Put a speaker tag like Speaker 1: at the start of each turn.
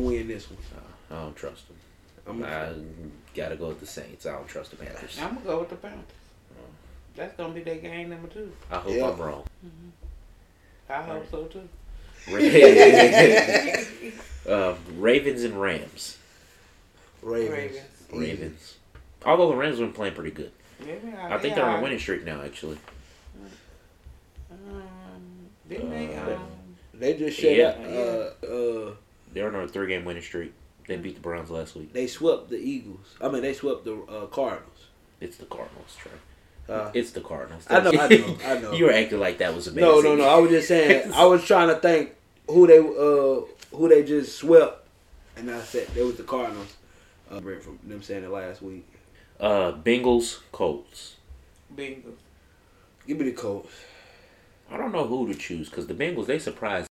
Speaker 1: win this one.
Speaker 2: Uh, I don't trust him.
Speaker 1: I'm gonna,
Speaker 2: I gotta go with the Saints. I don't trust the Panthers.
Speaker 3: I'm gonna go with the Panthers. That's gonna be their game number two.
Speaker 2: I hope
Speaker 1: Yeah.
Speaker 2: I'm wrong.
Speaker 3: I hope so too.
Speaker 2: um, Ravens and Rams.
Speaker 1: Ravens.
Speaker 3: Ravens.
Speaker 2: Ravens. Although the Rams have been playing pretty good.
Speaker 3: Yeah,
Speaker 2: I think
Speaker 3: they
Speaker 2: they're on
Speaker 3: are-
Speaker 2: a winning streak now, actually.
Speaker 3: Um, didn't they?
Speaker 2: Uh,
Speaker 3: Um,
Speaker 1: They just shut
Speaker 2: Yeah.
Speaker 1: up. Uh, uh,
Speaker 2: They're on a three game winning streak. They beat the Browns last week.
Speaker 1: they swept the Eagles. I mean, they swept the uh, Cardinals.
Speaker 2: It's the Cardinals, Trey.
Speaker 1: Uh,
Speaker 2: It's the Cardinals.
Speaker 1: I know, I know, I know.
Speaker 2: you were acting like that was amazing.
Speaker 1: no, no, no. I was just saying. I was trying to think who they uh who they just swept, and I said they was the Cardinals. Uh, from them saying it last week.
Speaker 2: Uh, Bengals, Colts.
Speaker 3: Bengals.
Speaker 1: Give me the Colts.
Speaker 2: I don't know who to choose because the Bengals they surprised